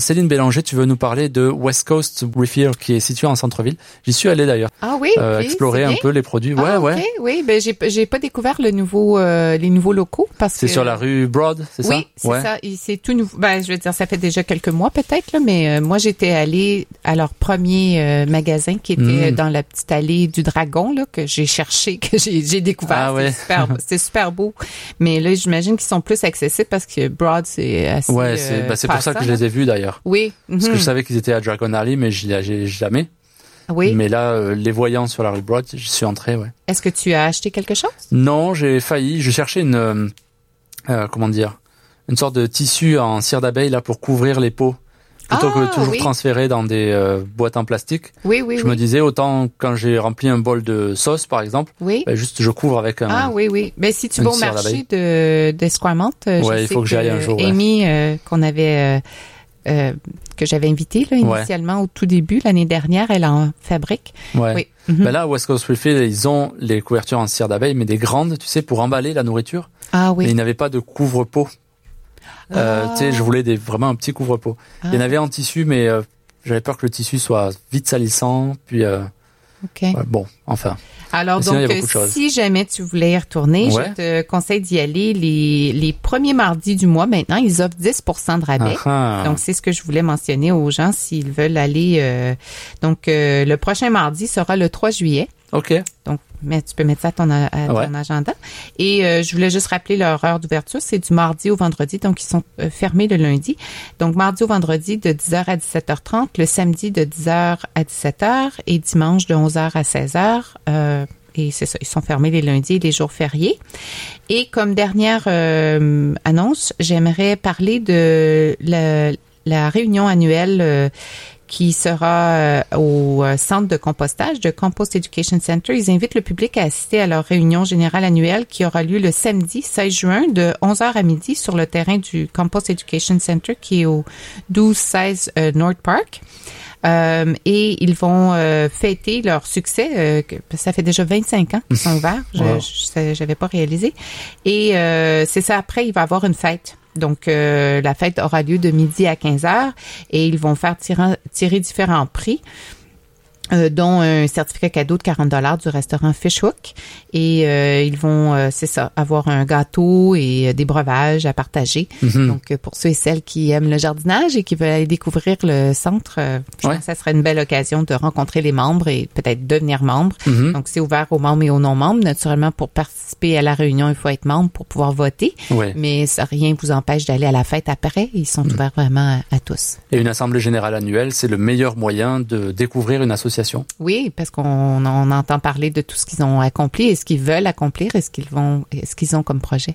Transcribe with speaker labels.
Speaker 1: Céline Bélanger, tu veux nous parler de West Coast Refill qui est situé en centre-ville. J'y suis allé d'ailleurs.
Speaker 2: Ah oui,
Speaker 1: Euh,
Speaker 2: ok,
Speaker 1: explorer
Speaker 2: c'est
Speaker 1: un
Speaker 2: bien.
Speaker 1: peu les produits. Ouais,
Speaker 2: Ah, ok,
Speaker 1: ouais.
Speaker 2: Oui, ben j'ai j'ai pas découvert le nouveau euh, les nouveaux locaux parce que
Speaker 1: C'est sur la rue Broad, c'est ça?
Speaker 2: oui, c'est
Speaker 1: ouais.
Speaker 2: ça. Et C'est tout nouveau. Ben, je veux dire, ça fait déjà quelques mois peut-être, là, mais euh, moi, j'étais allée à leur premier euh, magasin qui était
Speaker 1: Mm.
Speaker 2: euh, dans la petite allée du Dragon, là, que j'ai cherché, que j'ai j'ai découvert.
Speaker 1: Ah
Speaker 2: c'est
Speaker 1: ouais.
Speaker 2: super, c'est super beau. Mais là, j'imagine qu'ils sont plus accessibles parce que Broad, c'est assez.
Speaker 1: Ouais, c'est
Speaker 2: euh,
Speaker 1: bah, c'est pour ça que
Speaker 2: passant,
Speaker 1: je
Speaker 2: là.
Speaker 1: les ai vus d'ailleurs.
Speaker 2: Oui.
Speaker 1: Parce que
Speaker 2: mhm.
Speaker 1: je savais qu'ils étaient à Dragon Alley, mais je l'ai- j'ai jamais.
Speaker 2: Oui.
Speaker 1: Mais là, euh, les voyant sur la rue Broad, j'y suis entré, ouais.
Speaker 2: Est-ce que tu as acheté quelque chose?
Speaker 1: Non, j'ai failli. Je cherchais une, euh, euh, comment dire, une sorte de tissu en cire d'abeille là pour couvrir les pots, plutôt
Speaker 2: Ah,
Speaker 1: que toujours
Speaker 2: oui.
Speaker 1: transférer dans des euh, boîtes en plastique.
Speaker 2: Oui, oui,
Speaker 1: je
Speaker 2: oui.
Speaker 1: me disais autant quand j'ai rempli un bol de sauce par exemple,
Speaker 2: Oui.
Speaker 1: bah, juste je couvre avec un.
Speaker 2: Ah oui, oui. Mais si tu
Speaker 1: Une
Speaker 2: vas au
Speaker 1: cire
Speaker 2: marché de, d'Esquimalt, euh,
Speaker 1: Ouais,
Speaker 2: je
Speaker 1: il
Speaker 2: sais
Speaker 1: faut que j'aille un jour, ouais.
Speaker 2: Amy, euh, qu'on avait, euh, euh, que j'avais invitée là,
Speaker 1: Ouais.
Speaker 2: initialement au tout début, l'année dernière, elle en fabrique.
Speaker 1: ouais.
Speaker 2: Oui. Mhm.
Speaker 1: Bah là, à West Coast Refill, ils ont les couvertures en cire d'abeille, mais des grandes, tu sais, pour emballer la nourriture.
Speaker 2: Ah
Speaker 1: mais
Speaker 2: oui.
Speaker 1: ils n'avaient pas de couvre-pot. Euh,
Speaker 2: Ah.
Speaker 1: Tu sais, je voulais des, vraiment un petit couvre-pot. Il y en
Speaker 2: Ah.
Speaker 1: avait en tissu, mais euh, j'avais peur que le tissu soit vite salissant. Puis euh,
Speaker 2: OK.
Speaker 1: ouais, bon, enfin.
Speaker 2: Alors,
Speaker 1: Mais sinon, il y a
Speaker 2: donc,
Speaker 1: beaucoup de
Speaker 2: euh,
Speaker 1: choses.
Speaker 2: si jamais tu voulais y retourner,
Speaker 1: Ouais.
Speaker 2: je te conseille d'y aller les, les premiers mardis du mois maintenant. Ils offrent 10 de rabais.
Speaker 1: Ah, ah.
Speaker 2: Eh ben, Donc, c'est ce que je voulais mentionner aux gens s'ils veulent aller. euh, donc, euh, le prochain mardi sera le 3 juillet.
Speaker 1: ok.
Speaker 2: Donc, mais tu peux mettre ça à ton, a- à ton
Speaker 1: Ouais.
Speaker 2: agenda. Et euh, je voulais juste rappeler leur heure d'ouverture. C'est du mardi au vendredi, donc ils sont euh, fermés le lundi. Donc, mardi au vendredi de 10h à 17h30, le samedi de 10h à 17h et dimanche de 11h à 16h. Euh, et c'est ça, ils sont fermés les lundis et les jours fériés. Et comme dernière euh, annonce, j'aimerais parler de la, la réunion annuelle euh, qui sera euh, au euh, centre de compostage de Compost Education Center. Ils invitent le public à assister à leur réunion générale annuelle qui aura lieu le samedi 16 juin de 11h à midi sur le terrain du Compost Education Center qui est au 12-16 euh, North Park. Euh, et ils vont euh, fêter leur succès. euh, que- ça fait déjà 25 ans qu'ils sont ouverts. Je
Speaker 1: Wow.
Speaker 2: n'avais pas réalisé. Et euh, c'est ça, après, il va y avoir une fête. Donc, euh, la fête aura lieu de midi à 15 heures et ils vont faire tirer, tirer différents prix. euh, dont un certificat cadeau de 40 dollars du restaurant Fishhook et euh, ils vont euh, c'est ça avoir un gâteau et euh, des breuvages à partager.
Speaker 1: Mhm. Hmm.
Speaker 2: Donc euh, pour ceux et celles qui aiment le jardinage et qui veulent aller découvrir le centre, euh, je
Speaker 1: Ouais.
Speaker 2: pense que ça serait une belle occasion de rencontrer les membres et peut-être devenir membre.
Speaker 1: Mhm.
Speaker 2: Donc, c'est ouvert aux membres et aux non-membres. Naturellement, pour participer à la réunion, il faut être membre pour pouvoir voter.
Speaker 1: Ouais.
Speaker 2: Mais ça, rien ne vous empêche d'aller à la fête après. Ils sont ouverts vraiment à, à tous.
Speaker 1: Et une assemblée générale annuelle, c'est le meilleur moyen de découvrir une association.
Speaker 2: Oui, parce qu'on on entend parler de tout ce qu'ils ont accompli et ce qu'ils veulent accomplir et ce qu'ils vont, et ce qu'ils ont comme projet.